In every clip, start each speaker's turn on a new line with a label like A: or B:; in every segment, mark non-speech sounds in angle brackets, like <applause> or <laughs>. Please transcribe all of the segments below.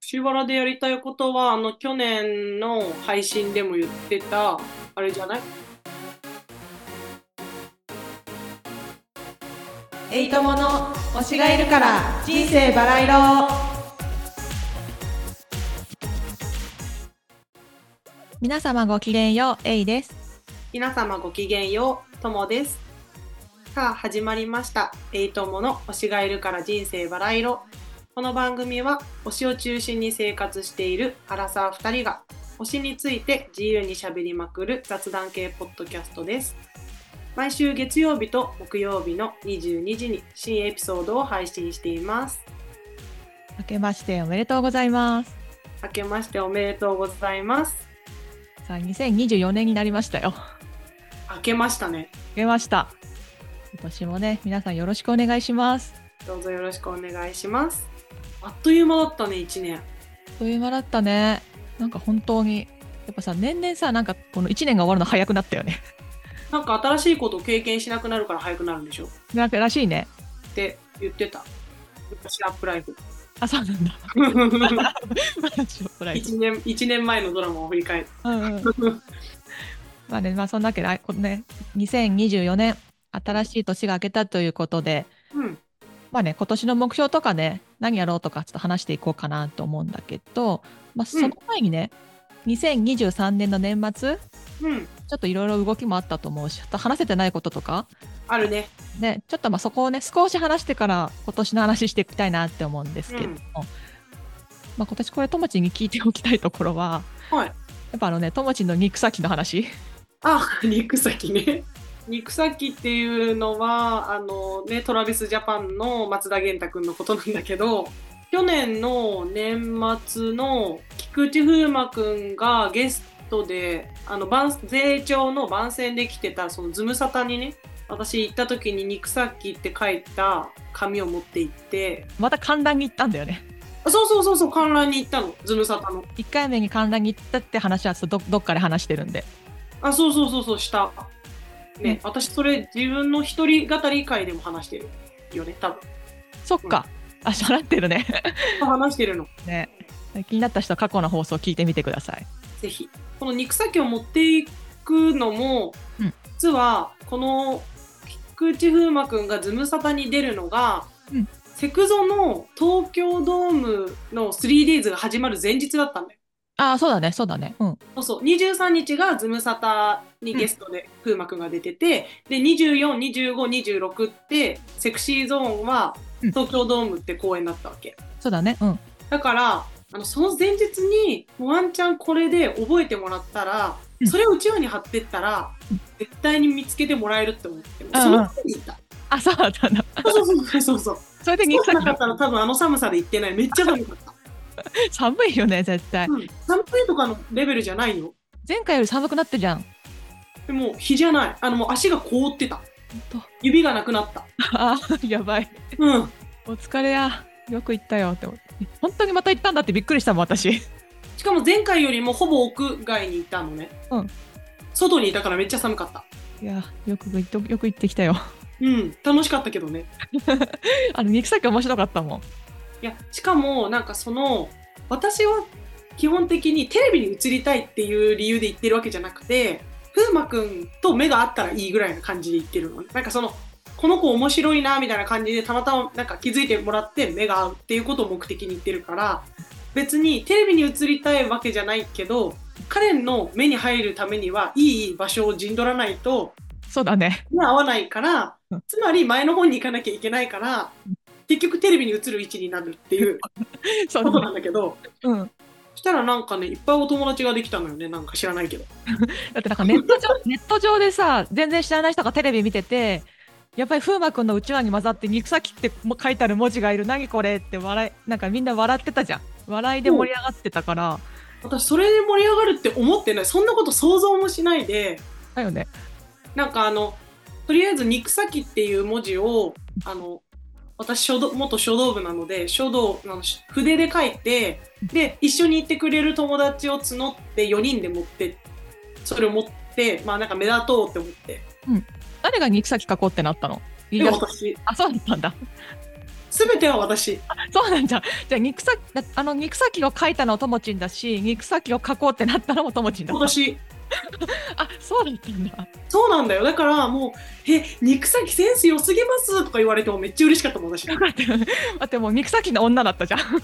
A: シワラでやりたいことは、あの、去年の配信でも言ってた、あれじゃない
B: エイトモの推しがいるから人生バラ色皆様ごきげんようエイです
A: 皆様ごきげんよう、ともです。さあ、始まりました。エイトモの推しがいるから人生バラ色。この番組は、推しを中心に生活しているアラサー2人が、推しについて自由にしゃべりまくる雑談系ポッドキャストです。毎週月曜日と木曜日の22時に新エピソードを配信しています。
B: 明けましておめでとうございます
A: 明けましておめでとうございます。
B: さあ2024年になりましたよ
A: 明けましたね。
B: 明けました今年もね皆さんよろしくお願いします
A: どうぞよろしくお願いします。あっという間だったね、1年。
B: あっという間だったねなんか本当にやっぱさ年々さなんかこの1年が終わるの早くなったよね
A: なんか新しいことを経験しなくなるから早くなるんでしょっ
B: なんからしいね
A: て言ってた。昔アップライフ。
B: あそうなんだ <laughs>
A: 1,
B: 私怒られた
A: 年 <laughs> 一年前のドラマを振り返る。
B: うんうん、まあね、まあそんなわけで、あこのね、2024年、新しい年が明けたということで、
A: うん。
B: まあね、今年の目標とかね、何やろうとかちょっと話していこうかなと思うんだけど、まあその前にね、2023年の年末、ち
A: うん。
B: ょっといろいろ動きもあったと思うし、ちょっと話せてないこととか、
A: あるね。
B: ね、ちょっとまあそこをね、少し話してから今年の話していきたいなって思うんですけども、
A: うん
B: まあ今年これ、ともちんに聞いておきたいところは、
A: はい。
B: やっぱあのね、ともちんの肉先の話。
A: あ、肉先ね。肉先っていうのは、あのね、トラビスジャパンの松田元太くんのことなんだけど、去年の年末の菊池風磨くんがゲストで、あの、番税調の番宣で来てた、そのズムサタにね、私行った時に肉先って書いた紙を持って行って、
B: また観覧に行ったんだよね。 <laughs>
A: あそうそうそうそう、観覧に行ったの、ズムサタの。
B: 1回目に観覧に行ったって話はちょっとどどっかで話してるんで
A: あ、そうそうそうそう、した。ね、私それ自分の一人語り会でも話してるよね、多分。
B: そっか、あしゃらってるね
A: 話してるの。
B: <laughs> ね <laughs> 気になった人は過去の放送を聞いてみてください
A: ぜひ。この肉先を持っていくのも、
B: うん
A: 実は、この菊池風磨くんがズムサタに出るのが、
B: うん
A: セクゾの東京ドームの 3days が始まる前日だったんだよ。
B: ああそうだねそうだねうん
A: そうそう23日がズムサタにゲストで風磨くんが出てて、で242526ってセクシーゾーンは
B: うん
A: 東京ドームって公演だったわけ、
B: そうだねうん
A: だからあのその前日にワンチャンこれで覚えてもらったら、
B: うん
A: それをうちわに貼ってったら、
B: うん
A: 絶対に見つけてもらえるって思って
B: うん
A: その日に行った、
B: あそうだったんだ
A: そうそうそうそうそう
B: それで
A: そう
B: 肉
A: じゃなか
B: 先
A: ったら多分あの寒さで行ってないめっちゃ寒かった、
B: <laughs> 寒いよね絶対
A: うん、寒いとかのレベルじゃないよ
B: 前回より寒くなってるじゃん
A: でも日じゃないあのもう足が凍ってた
B: 本
A: 指がなくなった
B: 当あーやばい
A: うん
B: お疲れやよく行ったよって思って本当にまた行ったんだってびっくりしたもん私
A: しかも前回よりもほぼ屋外にいたのね。
B: うん
A: 外にいたからめっちゃ寒かった。
B: いやよく行っとよく行ってきたよ
A: うん、楽しかったけどね。
B: <laughs> あの肉先面白かったもん
A: いや、しかもなんかその、私は基本的にテレビに映りたいっていう理由で言ってるわけじゃなくて、風磨くんと目が合ったらいいぐらいな感じで言ってるのね。なんかその、この子面白いなみたいな感じでたまたまなんか気づいてもらって目が合うっていうことを目的に言ってるから、別にテレビに映りたいわけじゃないけど、彼の目に入るためにはいい場所を陣取らないと
B: そうだ <laughs> ね
A: 目合わないから
B: うん、
A: つまり前の方に行かなきゃいけないから、結局テレビに映る位置になるっていう
B: そう
A: こと
B: だ
A: な
B: ね
A: んだけど、
B: うん
A: そしたらなんかね、いっぱいお友達ができたのよね、なんか知らないけど。
B: だってなんかネット上 <laughs> ネット上でさ全然知らない人がテレビ見ててやっぱり風磨君のうちわに混ざって「肉先」っても書いてある文字がいる「何これ」って笑いなんかみんな笑ってたじゃん笑いで盛り上がってたから
A: 私、それで盛り上がるって思ってない。そんなこと想像もしないで、
B: だよね
A: なんかあの、とりあえず、肉先っていう文字を、あの、私書道、元書道部なので、書道、あのし筆で書いて、で、一緒に行ってくれる友達を募って、4人で持って、それを持って、まあなんか目立とうって思って、
B: 誰が「肉先」書こうってなったのい
A: で
B: や
A: 私、
B: あそうだったんだ
A: 全ては私。
B: そうなんじゃん。じゃあ肉さだあの肉先を描いたのはともちんだし、肉先を描こうってなったのもともちんだった。
A: 私。
B: あ、そうだったんだ。
A: そうなんだよ。だからもう、え、肉先センス良すぎますとか言われてもめっちゃ嬉しかったもん、私。なん
B: 待って、待ってもう肉先の女だったじゃん。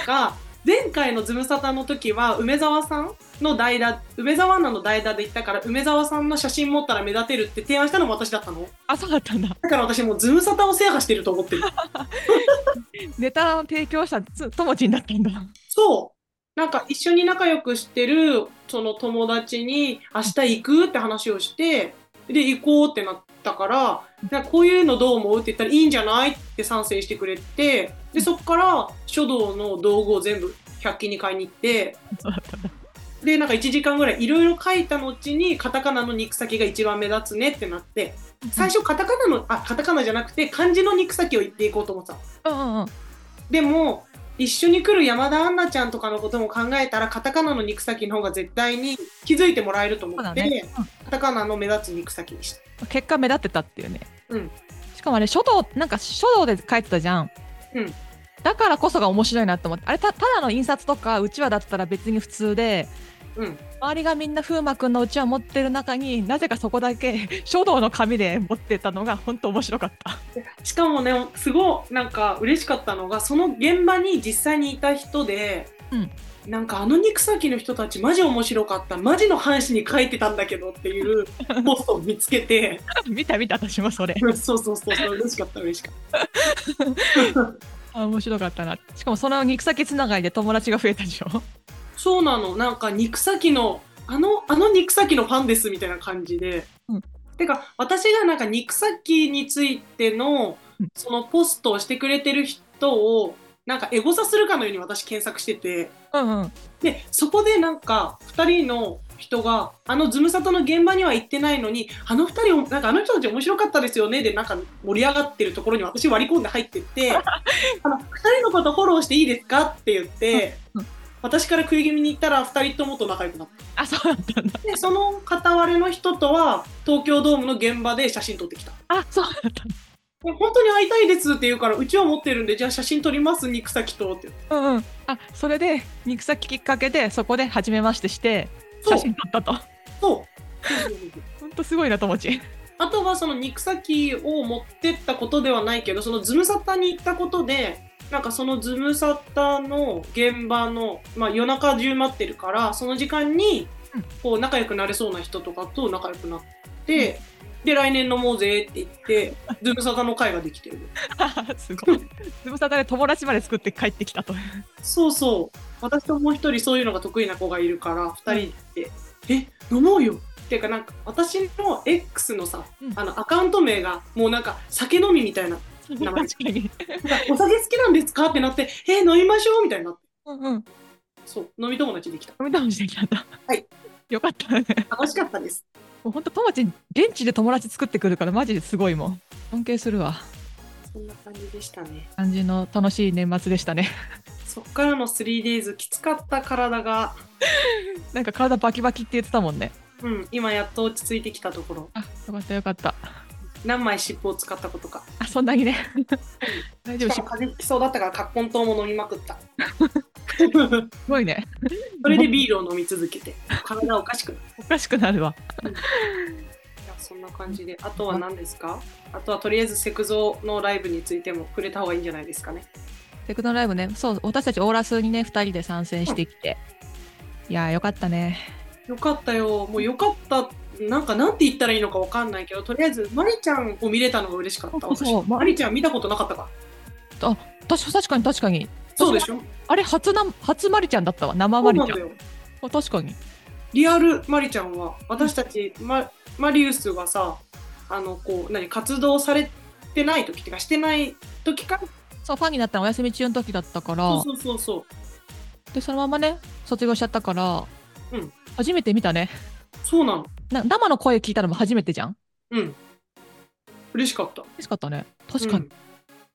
A: か、前回のズムサタの時は、梅沢さんの代打、梅沢アナの代打で行ったから、梅沢さんの写真持ったら目立てるって提案したのも私だったの。
B: あ、そうだったんだ。
A: だから私もうズムサタを制覇してると思ってる。
B: ネタを提供したつともちんだったんだ。
A: そう。なんか一緒に仲良くしてるその友達に明日行くって話をしてで行こうってなったからなんかこういうのどう思うって言ったらいいんじゃないって賛成してくれてでそっから書道の道具を全部100均に買いに行 <laughs> って
B: そうだったんだ。
A: でなんか1時間ぐらいいろいろ書いた後にカタカナの肉先が一番目立つねってなって最初カタカナのあカタカナじゃなくて漢字の肉先を言っていこうと思ってたの
B: うんうんうん。
A: でも一緒に来る山田杏奈ちゃんとかのことも考えたらカタカナの肉先の方が絶対に気づいてもらえると思
B: そうだ
A: って、
B: ね。
A: カタカナの目立つ肉先にした。
B: うん結果目立ってたっていうね。
A: うん。
B: しかもあれ書道なんか書道で書いてたじゃん。
A: うん。
B: だからこそが面白いなと思って。あれたただの印刷とかうちわだったら別に普通で。
A: うん、
B: 周りがみんな風磨くんのうちわ持ってる中になぜかそこだけ <laughs> 書道の紙で持ってたのが本当面白かった。 <laughs>
A: しかもねすごいなんか嬉しかったのがその現場に実際にいた人で、
B: うん
A: なんかあの肉先の人たちマジ面白かったマジの半紙に書いてたんだけどって
B: <laughs>
A: いうポストを見つけて
B: 見た見た私もそれ。
A: そうそうそうそう嬉しかった嬉しか
B: <laughs>
A: った。
B: あ面白かったな。しかもその肉先つながりで友達が増えたで
A: <laughs>
B: しょ。
A: そうなの、なんか肉先の、あの、あの肉先のファンですみたいな感じで。
B: うん
A: てか、私がなんか肉先についての
B: うん、
A: そのポストをしてくれてる人を、なんかエゴサするかのように私検索してて、
B: うんうん。
A: で、そこでなんか、二人の人が、あのズムサタの現場には行ってないのに、あの二人、なんかあの人たち面白かったですよね、で、なんか盛り上がってるところに私割り込んで入って
B: <laughs>
A: って、あの、二人のことフォローしていいですかって言って
B: うんうん、
A: 私から食い気味に行ったら二人ともと仲良くなっ
B: あそうだったんだ。
A: た。で、その片割れの人とは、東京ドームの現場で写真撮ってきた。
B: あそうだったんだ
A: で本当に会いたいですって言うから、うちは持ってるんで、じゃあ写真撮ります、肉先とって。。
B: うんうん。あそれで肉先きっかけでそこで初めましてして
A: そ
B: 写
A: う、
B: 真撮ったと。
A: そう。
B: <laughs>
A: そうそうそう
B: 本当すごいな友達。
A: あとはその肉先を持ってったことではないけど、そのズムサタに行ったことで、なんかそのズムサタの現場の、まあ夜中中待ってるから、その時間に
B: うん、
A: こう仲良くなれそうな人とかと仲良くなって、で、来年飲もうぜって言って、ズムサタの会ができてる。
B: <laughs> すごい。ズムサタで友達まで作って帰ってきたと。
A: そうそう。私ともう一人そういうのが得意な子がいるから、二人で、え、飲もうよっていうかなんか、私の X のさ、
B: うん
A: あのアカウント名が、もうなんか酒飲みみたいな。
B: 確かに。
A: なん <laughs> かお酒好きなんですかってなって、えー飲みましょうみたいになって、
B: うんうん。
A: そう、飲み友達できた。
B: 飲み倒してきたんだ。
A: はい。
B: よかったね。
A: 楽しかったです。
B: もう本当友達現地で友達作ってくるからマジですごいもん。尊敬するわ。
A: そんな感じでしたね。
B: 感じの楽しい年末でしたね。
A: そっからの 3days、きつかった体が、
B: なんか体バキバキって言ってたもんね。
A: うん、今やっと落ち着いてきたところ、
B: あ、よかったよかった。
A: 何枚尻尾を使ったことか。
B: あ、そんなに <laughs> ね。大丈
A: し
B: 夫。
A: かも
B: す
A: 風邪ひきそうだったから、カッコンも飲みまくった。 <laughs>
B: ごい <laughs> ね。
A: それでビールを飲み続けて、体おかしくなっ
B: おかしくなるわ。
A: た。そんな感じで、あとは何ですかあとはとりあえずセクゾのライブについても触れた方がいいんじゃないですかね。
B: テクノライブね、そう、私たちオーラスにね、二人で参戦してきて。いやー、よかったね。
A: よかったよ。もうよかった。なんかなんて言ったらいいのかわかんないけど、とりあえずマリちゃんを見れたのが嬉しかった。
B: そうそう
A: 私マリちゃん見たことなかったから。
B: 確確かに確かに。
A: そうでしょ。
B: あれ初な初マリちゃんだったわ生
A: そ
B: マ
A: う
B: リ
A: なん
B: ちゃ
A: だ
B: ん
A: よ。
B: あ確かに
A: リアルマリちゃんは私たちママリウスがさ、あのこう何活動されてない時っていうかしてない時から。
B: そうファンになったのお休み中の時だったから
A: そうそうそうそう。
B: でそのままね卒業しちゃったから、
A: うん
B: 初めて見たね
A: そうなの。
B: な生の声聞いたのも初めてじゃん
A: うん。嬉しかった。
B: 嬉しかったね確か
A: うん
B: に、
A: い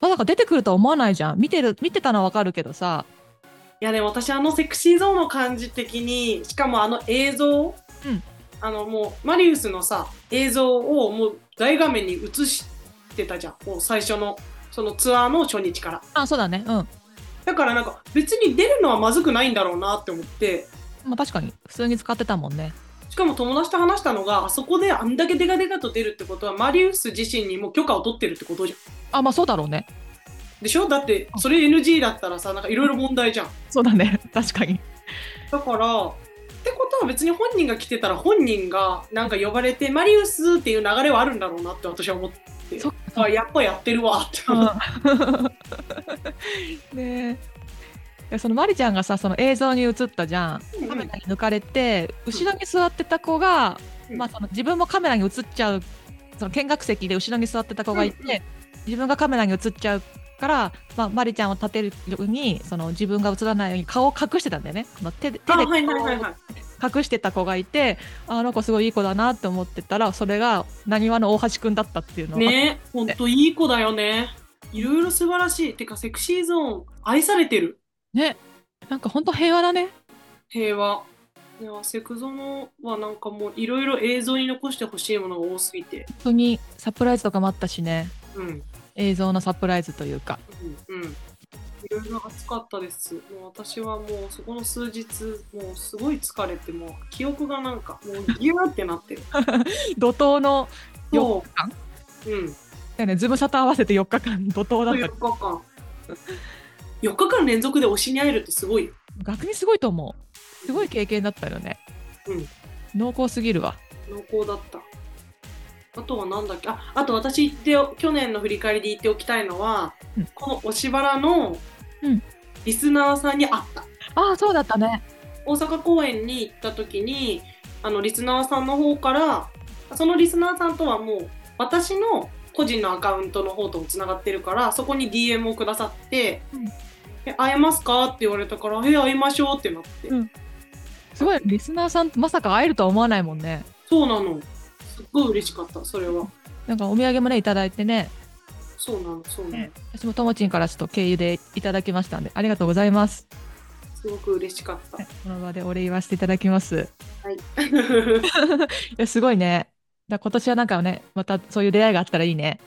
B: まさか出てくるとは思わないじゃん見てる見てたのはわかるけどさ
A: やでも私あのセクシーゾーンの感じ的にしかもあの映像、あのもうマリウスのさ映像をもう大画面に映してたじゃんもう最初のそのツアーの初日から
B: あそうだねうん、ま
A: だからなんか別に出るのはまずくないんだろうなって思って
B: あ、確かに普通に使ってたもんね
A: しかも友達と話したのがあそこであんだけデカデカと出るってことはマリウス自身にも許可を取ってるってことじゃん
B: あまあそうだろうね
A: でしょだってそれ NG だったらさなんかいろいろ問題じゃん
B: そうだね <laughs> 確かに
A: だからってことは別に本人が来てたら本人がなんか呼ばれてマリウスっていう流れはあるんだろうなって私は思って
B: そっ
A: あやっぱやってるわって思う
B: <laughs> でそのマリちゃんがさその映像に映ったじゃんカメラに抜かれて後ろに座ってた子が、
A: うん
B: まあ、その自分もカメラに映っちゃうその見学席で後ろに座ってた子がいて、
A: うんうん
B: 自分がカメラに映っちゃうから、まあ、マリちゃんを立てるようにその自分が映らないように顔を隠してたんだよねその手で
A: あ
B: 手で
A: はい
B: 顔
A: はいはい
B: を
A: はい
B: 隠してた子がいてああの子すごいいい子だなって思ってたらそれがなにわの大橋くんだったっていうのが
A: ねえ、ほんといい子だよね。いろいろ素晴らしい。てか、セクシーゾーン、愛されてる。
B: ねなんか本当平和だね
A: 平和。いや、セクゾノはなんかもういろいろ映像に残してほしいものが多すぎて。
B: 本当にサプライズとかもあったしね
A: うん。
B: 映像のサプライズというか
A: うん。うん。いろいろ暑かったです。もう私はもうそこの数日、もうすごい疲れて、もう記憶がなんか、もうギューってなってる。
B: 怒涛の4
A: そ
B: 日間
A: う。うん。
B: だよね、ズムサタ合わせて4日間怒涛だっ
A: 4
B: た。
A: 日間。4日間連続で推しに会えるってすごいよ。
B: 逆にすごいと思う。すごい経験だったよね。
A: うん
B: 濃厚すぎるわ。
A: 濃厚だったあとはなんだっけああと私言って去年の振り返りで言っておきたいのは、
B: うん
A: この「おしばら」の
B: うん
A: リスナーさんに会った、
B: ああ、そうだったね。
A: 大阪公演に行った時にあのリスナーさんの方からそのリスナーさんとはもう私の個人のアカウントの方ともつながってるからそこに DM をくださって
B: うん
A: 「え会えますか?」って言われたから「え会いましょう」ってなって、
B: うんすごい、リスナーさんとまさか会えるとは思わないもんね。
A: そうなのすっごい嬉しかったそれは
B: なんかお土産もね、いただいてね。
A: そうなのそうなの、
B: ね私もともちんからちょっと経由でいただきましたんで、ありがとうございます。
A: すごく嬉しか
B: <laughs>
A: った
B: はいこの場でお礼言わせていただきます。
A: 確
B: いや、すごいね。だから今年はなんかね、またそういう出会いがあったらいいね。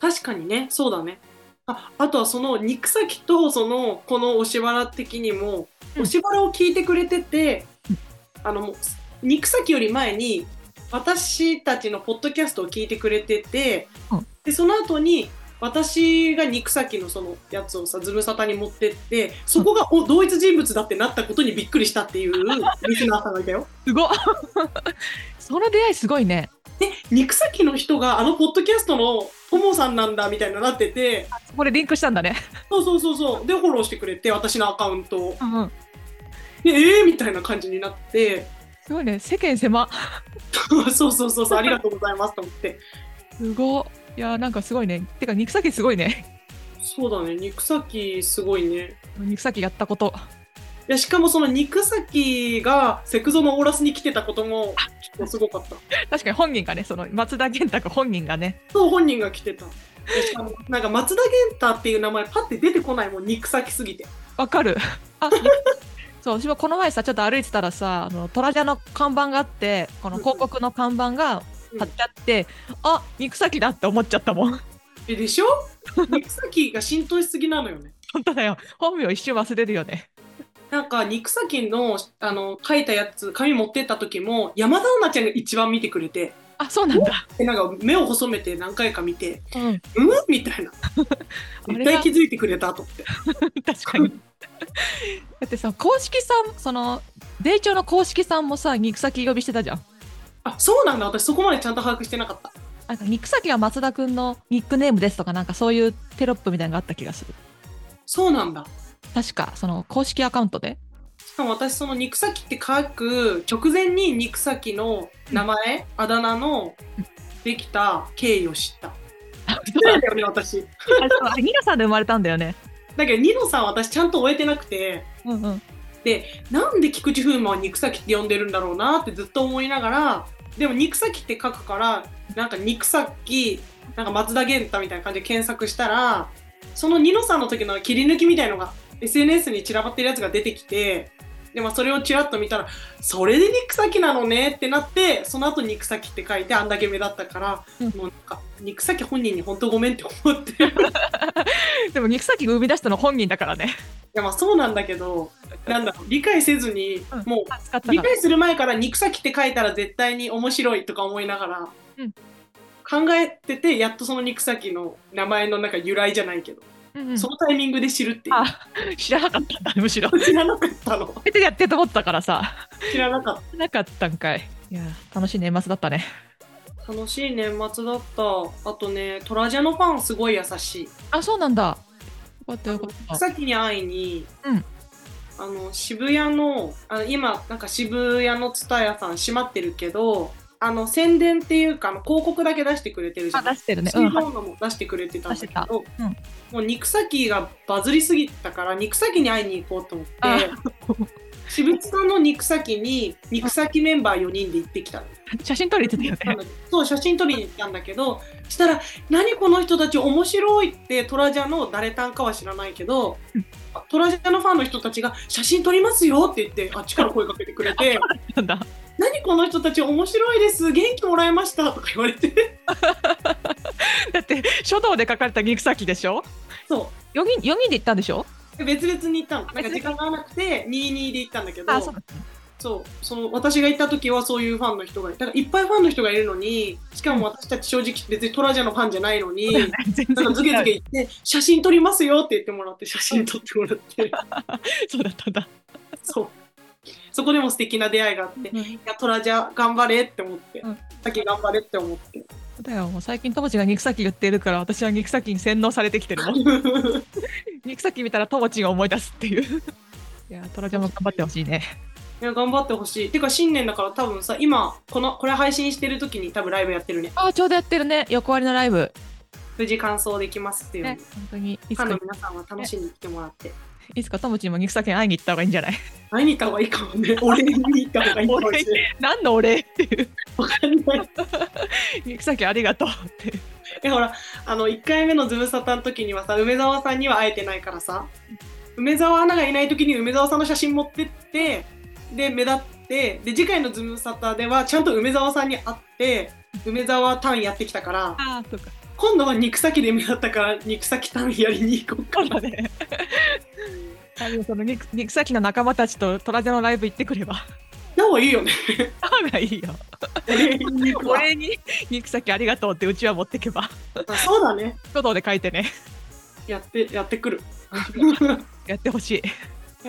A: かにねそうだねああとはその肉先とそのこのおしばら的にも、
B: うん
A: おしばらを聞いてくれてて、
B: うん
A: あのもう肉先より前に私たちのポッドキャストを聞いてくれてて、
B: うん
A: でその後に私が肉先のそのやつをさズムサタに持ってってそこが、お同一人物だってなったことにびっくりしたって
B: <laughs>
A: いうリスナーさんがいたよ。
B: すごっ <laughs> その出会いすごいね。
A: 肉先の人があのポッドキャストのともさんなんだみたいななってて
B: これリンクしたんだね。
A: そうそうそうそうでフォローしてくれて私のアカウントを
B: うんうん。
A: でえー、みたいな感じになって <laughs>
B: すごいね。世間狭。
A: そうそうそうそうありがとうございますと思って
B: すごい。いやーなんかすごいね。てか肉先すごいね。
A: そうだね肉先すごいね
B: 肉先やったこと。
A: いやしかもその肉先がセクゾのオーラスに来てたこともちょっとすごかった
B: 確かに本人がね、その松田元太君本人がね。
A: そう本人が来てたでしかもなんか松田元太っていう名前パッて出てこないもん肉先すぎて
B: わかる。あそう私もこの前さちょっと歩いてたらさあのトラジャの看板があってこの広告の看板が貼ってあって、あ肉先だって思っちゃったもん
A: えでしょ肉先が浸透しすぎなのよね
B: 本当だよ本名一瞬忘れるよね
A: なんか肉先のあの書いたやつ紙持ってった時も山田アナちゃんが一番見てくれて
B: あそうなんだ、
A: でなんか目を細めて何回か見て
B: うん、
A: 「うん?」みたい <laughs> な
B: あ
A: 絶
B: れ
A: 対
B: が
A: 気づいてくれたと思って
B: 確かにだってさ公式さんその米朝の公式さんもさ肉先呼びしてたじゃん
A: あそうなんだ私そこまでちゃんと把握してなかった
B: なんか肉先は松田君のニックネームですとかなんかそういうテロップみたいなのがあった気がする
A: そうなんだ
B: 確かその公式アカウントで
A: しかも私その肉先って書く直前に肉先の名前、あだ名のできた経緯を <laughs> 知った失礼だよね私
B: あニラさんで生まれたんだよね
A: だけどニノさんは私ちゃんと終えてなくて
B: うんうん
A: なんで菊池風磨は肉先って呼んでるんだろうなってずっと思いながらでも肉先って書くからなんか肉先なんか松田元太みたいな感じで検索したらそのニノさんの時の切り抜きみたいのが SNS に散らばってるやつが出てきてでもそれをちらっと見たらそれで肉先なのねってなってその後肉先って書いてあんだけ目立ったから、
B: うん
A: もうなんか肉先本人に本当ごめんって思って <laughs> い
B: でも肉先が生み出したの本人だからね。
A: やまあそうなんだけどなんだろう理解せずに、
B: うん
A: もう
B: あ使った
A: 理
B: から。
A: 解する前から肉先って書いたら絶対に面白いとか思いながら、
B: うん
A: 考えててやっとその肉先の名前のなんか由来じゃないけど、
B: うんうん
A: そのタイミングで知るってい
B: あ
A: う
B: 知らなかったんだむ <laughs> しろ。
A: <laughs> 知らなかったの
B: 相手でやってると思ったからさ。
A: 知らなかっ
B: 知らなかったんかい。いや楽しい年末だったね。
A: た楽しい年末だったあとねトラジャのファンすごい優しい
B: あそうなんだ。よかったよかった。
A: 草木に会いに、
B: うん
A: あの渋谷のあの今なんか渋谷の蔦屋さん閉まってるけどあの宣伝っていうかあの広告だけ出してくれてるじゃん
B: あ出してるね。う
A: 水
B: ん。
A: 道のも出してくれてたんだけど、
B: たうん
A: もう肉先がバズりすぎたから肉先に会いに行こうと思って
B: あ
A: 渋津さんの肉先に肉先メンバー4人で行ってきたの
B: 写真撮りに行ってたよね。
A: そう写真撮りに行ったんだけどしたら「何この人たち面白い」ってトラジャの誰たんかは知らないけど
B: うん
A: トラジャのファンの人たちが「写真撮りますよ」って言ってあっちから声かけてくれ
B: <laughs>
A: て
B: なんだ。
A: 「何この人たち面白いです元気もらいました」とか言われて
B: だって書道で書かれた肉先でしょ。
A: そう
B: 四人四人で行ったんでしょ。
A: 別々に行ったのなんか
B: 別々
A: 時間が合わなくて22で行ったんだけど
B: あ
A: そ
B: そうう。
A: その私が行った時はそういうファンの人がいただからいっぱいファンの人がいるのにしかも私たち正直別にトラジャのファンじゃないの
B: <laughs>
A: になん
B: 全
A: か
B: 然
A: ズケズケ行って写真撮りますよって言ってもらって写真撮ってもら
B: <laughs>
A: って
B: そうだったんだ。
A: そうそこでも素敵な出会いがあっていやトラジャ頑張れって思って
B: うん
A: 先頑張れって思って
B: だよもう最近友知が肉先言ってるから私は肉先に洗脳されてきてる <laughs> もん肉先見たら友知が思い出すっていう <laughs> いやトラちゃんも頑張ってほしいね
A: いや頑張ってほしいてか新年だから多分さ今このこれ配信してる時に多分ライブやってるね
B: ああちょうどやってるね横割りのライブ
A: 無事完走できますっていうの
B: ね
A: で
B: 本当にいつ
A: ファン
B: か
A: の皆さんは楽しんで来てもらって。
B: いつか友知にも肉先に会いに行った方がいいんじゃない
A: 会いに行った方がいいかも <laughs> ね。俺に行った方がいいかもしれない。
B: 何のお礼っていう
A: わかんない。
B: 肉先ありがとうっていう
A: え、ほら、あの、1回目のズムサタの時にはさ、梅沢さんには会えてないからさ、梅沢アナがいない時に梅沢さんの写真持ってって、で、目立って、で、次回のズムサタでは、ちゃんと梅沢さんに会って、梅沢タンやってきたから、
B: ああそうか
A: 今度は肉先で目立ったから、肉先タンやりに行こうか
B: そう
A: な。 <laughs>
B: だねあでもその肉肉先の仲間たちとトラちゃんのライブ行ってくれば <laughs>
A: なおいいよ <laughs> ね。
B: あーがいいよ
A: 俺に行く
B: お
A: わ
B: 礼に肉先ありがとうってうちは持ってけば
A: あ <laughs> そうだね。
B: 書道で書いてね
A: やって、やってくる。
B: やってほしい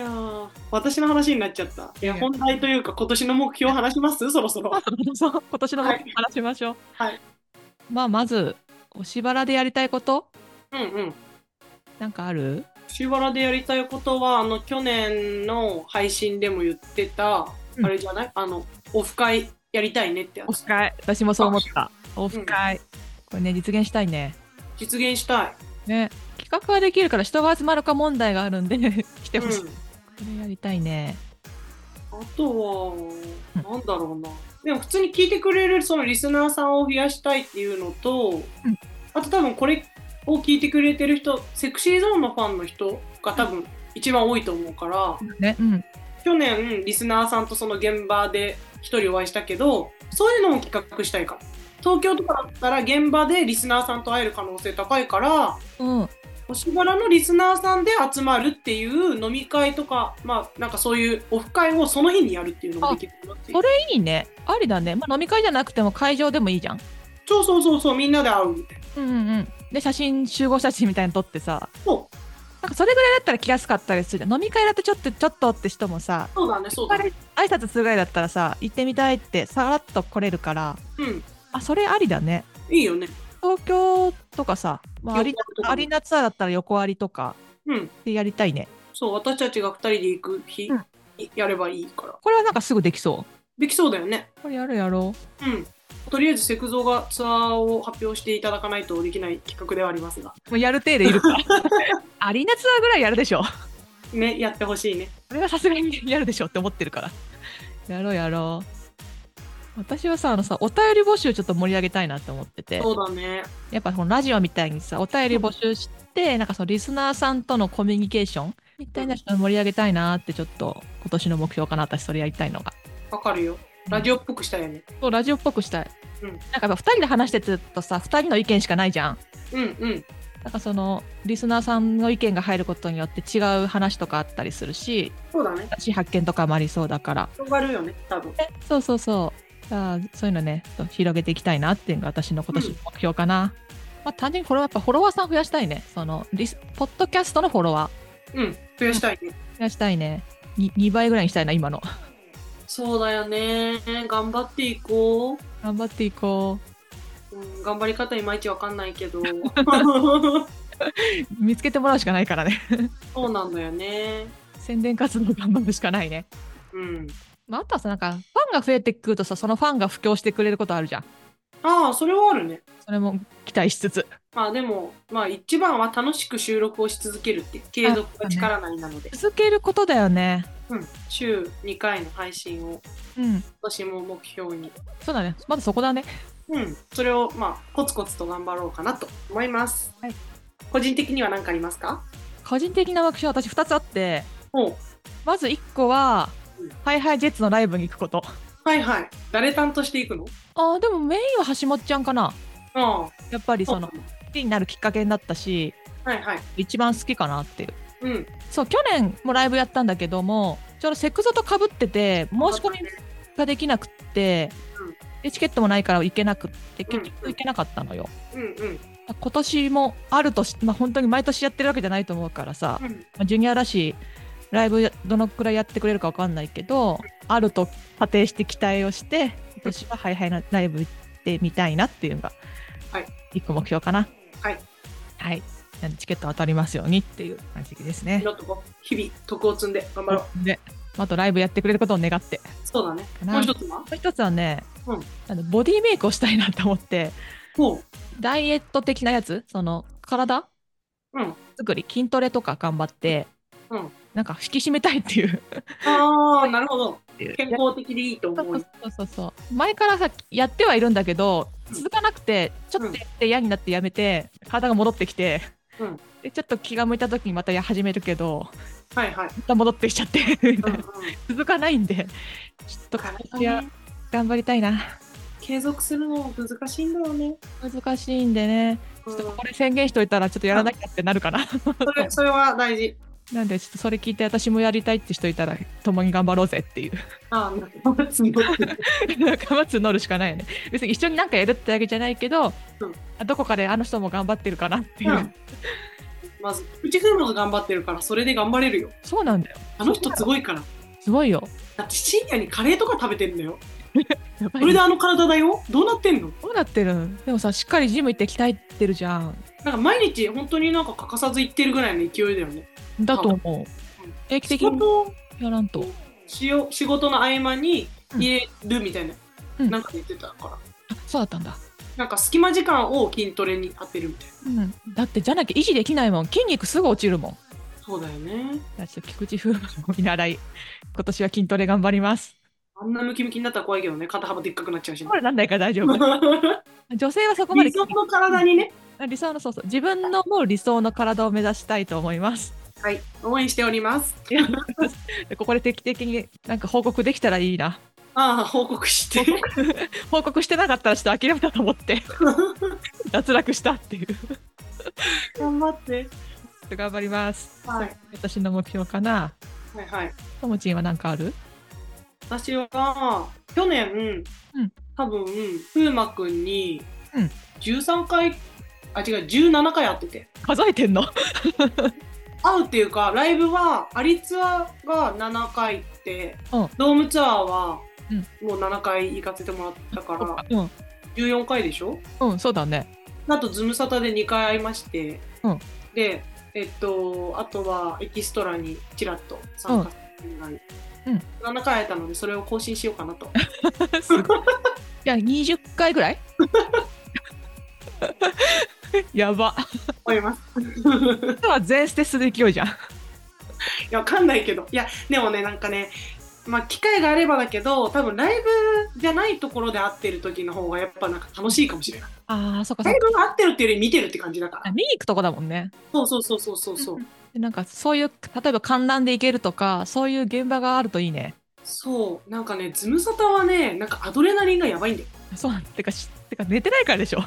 A: いやー私の話になっちゃった。いや、
B: いや
A: 本題というか、今年の目標を話しますそろそろ。
B: そう今年の目
A: はい
B: 標話しましょう。
A: はい
B: まあまずおしばらでやりたいこと
A: うんうん。
B: なんかある？
A: シワラでやりたいことは、あの、去年の配信でも言ってた、
B: うん
A: あれじゃないあの、オフ会やりたいねってや
B: オ
A: つ。
B: フ会。私もそう思った。オフ会、これね実現したいね。
A: 実現したい。
B: ね企画はできるから人が集まるか問題があるんで <laughs> 来て
A: うん。
B: ほしい。これやりたいね。
A: あとは、なんだろうな。でも、普通に聞いてくれる、そのリスナーさんを増やしたいっていうのと、
B: ん
A: あと多分これを聞いてくれてる人、セクシーゾーンのファンの人が多分一番多いと思うから、
B: ねうん
A: 去年リスナーさんとその現場で一人お会いしたけどそういうのも企画したいかも東京とかだったら現場でリスナーさんと会える可能性高いから
B: うん
A: おしばらのリスナーさんで集まるっていう飲み会とかまあなんかそういうオフ会をその日にやるっていうのもできるかなっていう
B: あいいねありだね。まあ飲み会じゃなくても会場でもいいじゃん。
A: そうそうそうそうみんなで会うみたいな
B: うんうんうん。で写真集合写真みたいに撮ってさ。
A: そう
B: なんかそれぐらいだったら来やすかったりするじゃん。飲み会だとちょっとちょっとって人もさ
A: そうだねそうだね
B: 挨拶するぐらいだったらさ行ってみたいってさらっと来れるから
A: うん
B: あそれありだね
A: いいよね
B: 東京とかさ、まあ、アリ
A: 横割りとかね
B: アリーナツアーだったら横割りとか
A: うん
B: でやりたいね
A: そう私たちが2人で行く日
B: うん
A: やればいいから
B: これはなんかすぐできそ
A: できそうだよね
B: うこれやるやろう
A: うん。とりあえずセクゾーがツアーを発表していただかないとできない企画ではありますが、
B: もうやる程度いるから <laughs> アリーナツアーぐらいやるでしょ
A: ね、やってほしいね。
B: これはさすがに <laughs> やるでしょって思ってるからやろうやろう私はさあのさお便り募集ちょっと盛り上げたいなって思ってて
A: そうだね。
B: やっぱこのラジオみたいにさお便り募集してなんかそのリスナーさんとのコミュニケーションみたいな人を盛り上げたいなってちょっと今年の目標かな私それやりたいのが
A: わかるよ。ラジオっぽくしたいよね。
B: そうラジオっぽくしたい、
A: うん
B: なんかやっぱ2人で話してるとさ2人の意見しかないじゃん
A: うんうん。
B: なんかそのリスナーさんの意見が入ることによって違う話とかあったりするし
A: そうだね。
B: 新しい発見とかもありそうだから
A: 広がるよね、多分。
B: そうそうそうあーそういうのねちょっと広げていきたいなっていうのが私の今年の目標かな、まあ、単純にこれはやっぱフォロワーさん増やしたいねそのリスポッドキャストのフォロワ
A: うん。増やしたいね。
B: ー増やしたいね 2, 倍ぐらいにしたいな今の
A: そうだよね。頑張っていこ
B: 頑張っていこ
A: う。うん、頑張り方いまいちわかんないけど。
B: う見つけてもらうしかないからね <laughs>
A: そうなんだよね。
B: 宣伝活動頑張るしかないね、
A: うん。
B: まあ、あとはさなんかファンが増えてくるとさそのファンが布教してくれることあるじゃん
A: ああ、それはあるね。
B: それも期待しつつ
A: まあでも、まあ一番は楽しく収録をし続けるって、継続が力なりなので、
B: 続けることだよね
A: うん、週2回の配信を
B: うん
A: 私も目標に、
B: そうだねまずそこだね
A: うん、それをまあコツコツと頑張ろうかなと思います。
B: はい
A: 個人的には何かありますか
B: 個人的な目標私2つあって
A: おう
B: まず1個は
A: うん、
B: ハイハイジェッツのライブに行くこと。
A: はいはい。誰担当していくの
B: ああ、でもメインは橋本ちゃんか
A: あ
B: な。
A: あ、
B: やっぱりその、好
A: う
B: きになるきっかけになったし、
A: はいはい。
B: 一番好きかなっていう。
A: うん。
B: そう、去年もライブやったんだけども、ちょうどセクゾと被ってて、申し込みができなくって
A: うん、
B: でチケットもないから行けなくって、結
A: うんう
B: 局
A: ん
B: 行けなかったのよ。
A: うんうん。
B: 今年もあるとし、まあ、本当に毎年やってるわけじゃないと思うからさ、
A: うん
B: まあジュニアらしいライブどのくらいやってくれるかわかんないけどあると仮定して期待をして今年はハイハイなライブ行ってみたいなっていうのが
A: はい
B: 一個目標かな
A: はい、
B: はいなんでチケット当たりますようにっていう感じですね
A: 祈っとこう日々徳を積んで頑張ろう。
B: であとライブやってくれることを願っても
A: そうだね。
B: かな
A: もう一つは
B: う一つはね、
A: うん
B: あのボディメイクをしたいなと思って
A: ほう。
B: ダイエット的なやつその体
A: うん。
B: 作り筋トレとか頑張って、
A: うん
B: なんか引き締めたいっていう
A: ああ、なるほど。健
B: や
A: 康的でいいと思
B: そう
A: う。
B: そうそうそう前からさやってはいるんだけど
A: うん
B: 続かなくてちょっとやって嫌になってやめて体が戻ってきて、
A: うん
B: でちょっと気が向いた時にまたや始めるけど
A: はいはい。
B: また戻ってきちゃってみた
A: う
B: い
A: んう。
B: なん <laughs> 続かないんでちょっと
A: なかな
B: 今
A: か
B: 年は
A: ね
B: 頑張りたいな
A: 継続するの難しいんだよね。
B: 難しいんでね
A: う
B: ちょ
A: ん
B: っとこれ宣言しといたらちょっとやらなきゃってなるかな
A: それそれは大事。
B: なんでちょっとそれ聞いて私もやりたいって人いたら共に頑張ろうぜっていう
A: ああ、なんか積もってる
B: 仲間募るしかないよね別に一緒になんかやるってわけじゃないけど、どこかであの人も頑張ってるかなっていう、
A: うんまず、うちフームが頑張ってるから、それで頑張れるよ。
B: そうなんだよ。
A: あの人すごいから。
B: すごいよ。
A: だって深夜にカレーとか食べてんだよ。
B: やばい
A: それであの体だよ。どうなってんの
B: どうなってるんでもさ、しっかりジム行って鍛えてるじゃん。
A: なんか毎日本当になんか欠かさず行ってるぐらいの勢いだよね。
B: だと思う。定期
A: 仕
B: 的に
A: 事
B: やらんと。
A: しよ仕事の合間に入れるみたいな、
B: うん
A: なんか言ってたから。
B: あそうだったんだ。
A: なんか隙間時間を筋トレに当てるみたいな。
B: うん。だってじゃなきゃ維持できないもん。筋肉すぐ落ちるもん。
A: そうだよね。
B: じゃあちょっと菊池風磨の見習い。今年は筋トレ頑張ります。
A: あんなムキムキになったら怖いけどね、肩幅でっかくなっちゃうし、ね
B: こ。れなんないから大丈夫。
A: 理
B: <laughs> 女性は
A: <laughs>
B: そこまで
A: 想の体にね、
B: 理想のそうそう。自分のもう理想の体を目指したいと思います。
A: はい、応援しております。
B: でここで定期的になんか報告できたらいいな。
A: <laughs> ああ、報告して。
B: 報告してなかったらちょっと諦めたと思 <laughs> って、脱落したっていう。ちょ
A: 頑張って。
B: っと頑張ります。
A: はい、
B: 私の目標かな。
A: はい、はい。
B: ともちんは何かある
A: 私は、去年、
B: うん
A: 多分、風磨くんに
B: うん、
A: 13回、あ、違う、17回会ってて。
B: 数えてんの
A: 会うっていうか、ライブは、アリツアーが7回行って、
B: うん
A: ドームツアーは、もう7回行かせてもらったから、
B: うん、
A: 14回でしょ
B: うん、そうだ <laughs> ね。
A: あと、ズムサタで2回会いまして、
B: うん
A: で、えっと、あとはエキストラにちらっと参加するぐらい、
B: うん
A: 7回会えたので、それを更新しようかなと。
B: すごい。いや、20回ぐらい <laughs> やば。
A: 思います。 <laughs>
B: では全捨てする勢いじゃん。
A: いや、わかんないけど。いや、でもね、なんかね、まあ、機会があればだけど、多分ライブじゃないところで会ってる時の方が、やっぱなんか楽しいかもしれない。
B: ああ、そっかそ
A: ラ
B: っ
A: イ
B: か。
A: ブが会ってるっていうより見てるって感じだから。
B: 見に行くとこだもんね。
A: そうそうそうそうそうそう。
B: でなんかそういう例えば観覧で行けるとかそういう現場があるといいね
A: そうなんかねズムサタはねなんかアドレナリンがやばいんだよ
B: そうなんてかしてか寝てないからでしょ
A: い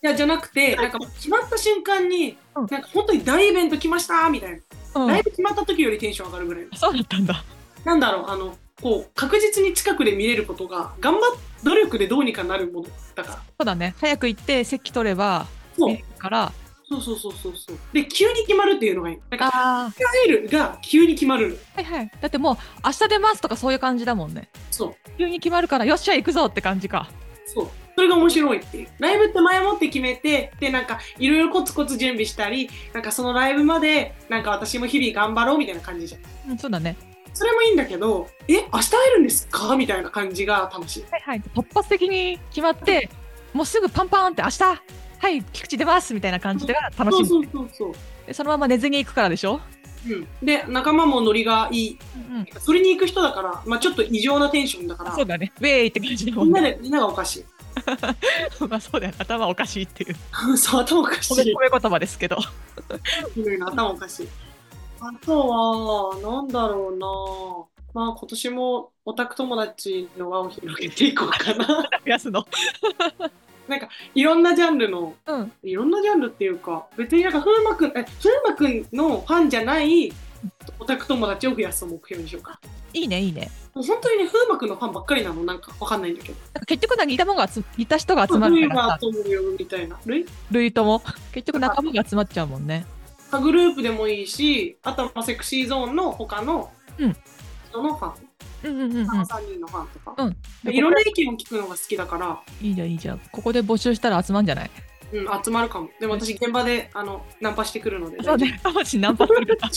A: やじゃなくてなんかもう決まった瞬間に、
B: うん
A: なんか本当に大イベント来ましたみたいな、
B: うん
A: ライブ決まった時よりテンション上がるぐらい
B: そうだったんだ
A: なんだろうあのこう確実に近くで見れることが頑張っ努力でどうにかなるものだから
B: そうだね早く行って席取れば
A: そう
B: 見れるから
A: そうそうそうそうそうで急に決まるっていうのがいいなんか
B: あ
A: スタイルが急に決まる
B: はいはいだってもう明日出ますとかそういう感じだもんね
A: そう
B: 急に決まるからよっしゃ行くぞって感じか
A: そうそれが面白いっていうライブって前もって決めてでなんかいろいろコツコツ準備したりなんかそのライブまでなんか私も日々頑張ろうみたいな感じじゃん
B: うんそうだね
A: それもいいんだけどえ明日会えるんですかみたいな感じが楽しい
B: はいはい突発的に決まってもうすぐパンパンって明日はい菊池出ますみたいな感じが楽
A: そ
B: し
A: う
B: み
A: そうそうそう
B: でそのまま寝ずに行くからでしょ、
A: うん、で仲間もノリがいい
B: うん
A: それに行く人だから、まあ、ちょっと異常なテンションだから
B: そうだねウェーイって感じだも
A: みん
B: ん
A: な
B: ね
A: でみんながおかしい
B: <laughs>
A: <laughs>
B: まあそうだよね頭おかしいっていう
A: そう頭おかし
B: 褒め
A: い
B: 褒め言葉ですけど <laughs>
A: いろいろ <laughs> 頭おかしい。あとは、なんだろうな。まあ今年もオタク友達の輪を広げていこうかな。 <laughs>
B: 増やすの
A: いろんなジャンルの、
B: うん
A: いろんなジャンルっていうか、別になんか風磨くん、え、風磨くんのファンじゃないオタク友達を増やすを目標にしようか。
B: いいねいいね
A: もう本当にね、風磨くんのファンばっかりなの、なんかわかんないんだけど。
B: なんか結局なんか似たもんが集似た人が集ま
A: 風
B: るから
A: 磨
B: さ
A: 友よみたいな。類
B: 類とも結局仲間が集まっちゃうもんね
A: 他グループでもいいし、あとはまあセクシーゾーンの他の
B: うん
A: 人のファン、
B: うんうんうん
A: 3人のファンとか。
B: うん
A: いろんな意見を聞くのが好きだから、
B: いいじゃんいいじゃんここで募集したら集まんじゃない
A: うん、集まるかも。でも私、現場であのナンパしてくるので、
B: そうね <laughs> 魂ナ
A: <laughs>
B: ンパするか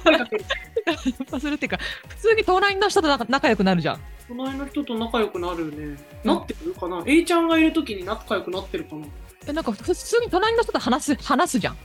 A: 声かける
B: ナンパするっていうか普通に隣の人と仲仲良くなるじゃん
A: 隣の人と仲良くなるよね。なってるかな ?A ちゃんがいるときに仲良くなってるかな
B: えなんか普通に隣の人と話す話すじゃん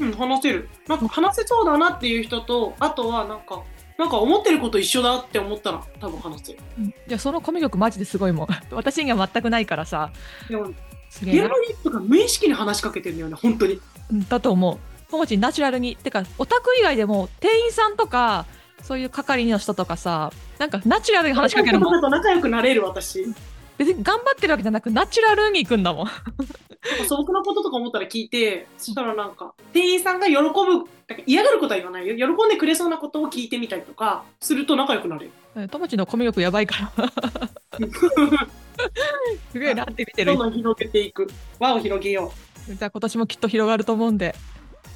A: うん、話せる。なんか話せそうだなっていう人と、あとはなんか、なんか思ってること一緒だって思ったら多分話せる。
B: いやそのコミュ力マジですごいもん <laughs> 私には全くないからさ
A: でも、
B: すげえ
A: 現場
B: な
A: に行くとか無意識に話しかけてるんだよね、本当に。
B: うんだと思う友達ナチュラルにてかオタク以外でも店員さんとかそういう係の人とかさなんかナチュラルに話しかけ <laughs> るもん
A: 人と仲良くなれる
B: <laughs>
A: 私。なん
B: 別に頑張ってるわけじゃなくナチュラルに行くんだもん
A: か素朴なこととか思ったら聞いて、そしたらなんか、店員さんが喜ぶ、なんか嫌がることは言わないよ。喜んでくれそうなことを聞いてみたりとか、すると仲良くなれる。
B: うん友達のコミュ力やばいから <laughs> すげえなって見て
A: ど
B: る
A: んどん広げていく。輪を広げよ
B: じゃあ今年もきっと広がると思うんで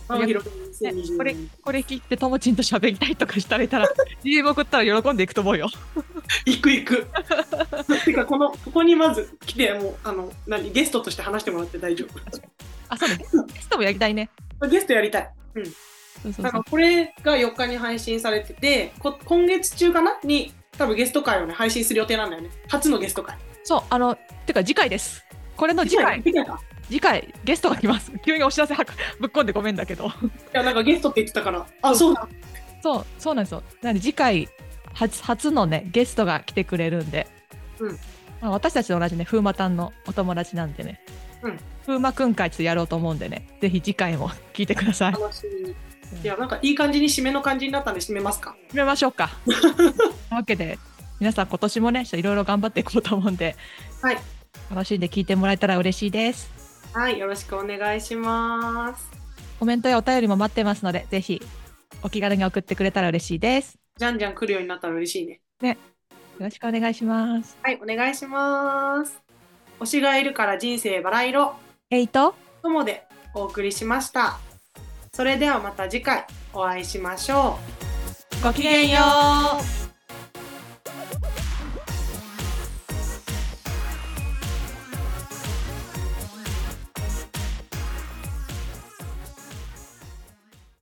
A: う。輪を広げよう。2020年
B: これこれ聞いて友ちんと喋りたいとかしたらいた <laughs> ら DM 送ったら喜んでいくと思うよ
A: 行く行く。てかこのここにまず来てもうあの何ゲストとして話してもらって大丈
B: あそうねゲストもやりたいね
A: 夫。ゲストやりたい。うん。
B: そうそう
A: なんか
B: そう
A: これが4日に配信されてて、こ今月中かなに多分ゲスト会をね配信する予定なんだよね。初のゲスト会。
B: そうあのてか次回ですこれの次回
A: 次回か。
B: 次回ゲストが来ます <laughs> 急にお知らせはくぶっこんでごめんだけど
A: いやなんかゲストって言ってたから。あそうだ。
B: そうそうなんですよなんで次回初初のねゲストが来てくれるんで、
A: うん
B: まあ、私たちと同じね風磨たんのお友達なんでね、
A: うん
B: 風磨くん会ちょっとやろうと思うんでねぜひ次回も聞いてください
A: 楽しみに。いやなんかいい感じに締めの感じになったんで締めますか。
B: 決めましょうか <laughs> というわけで皆さん今年もねちょっといろいろ頑張っていこうと思うんで、
A: はい
B: 楽しんで聞いてもらえたら嬉しいです
A: はいよろしくお願いします。
B: コメントやお便りも待ってますのでぜひお気軽に送ってくれたら嬉しいです
A: じゃんじゃん来るようになったら嬉しいね。
B: よろしくお願いします
A: はい、お願いします。推しがいるから人生バラ色、
B: えいと
A: ともでお送りしました。それではまた次回お会いしましょう。
B: ごきげんよう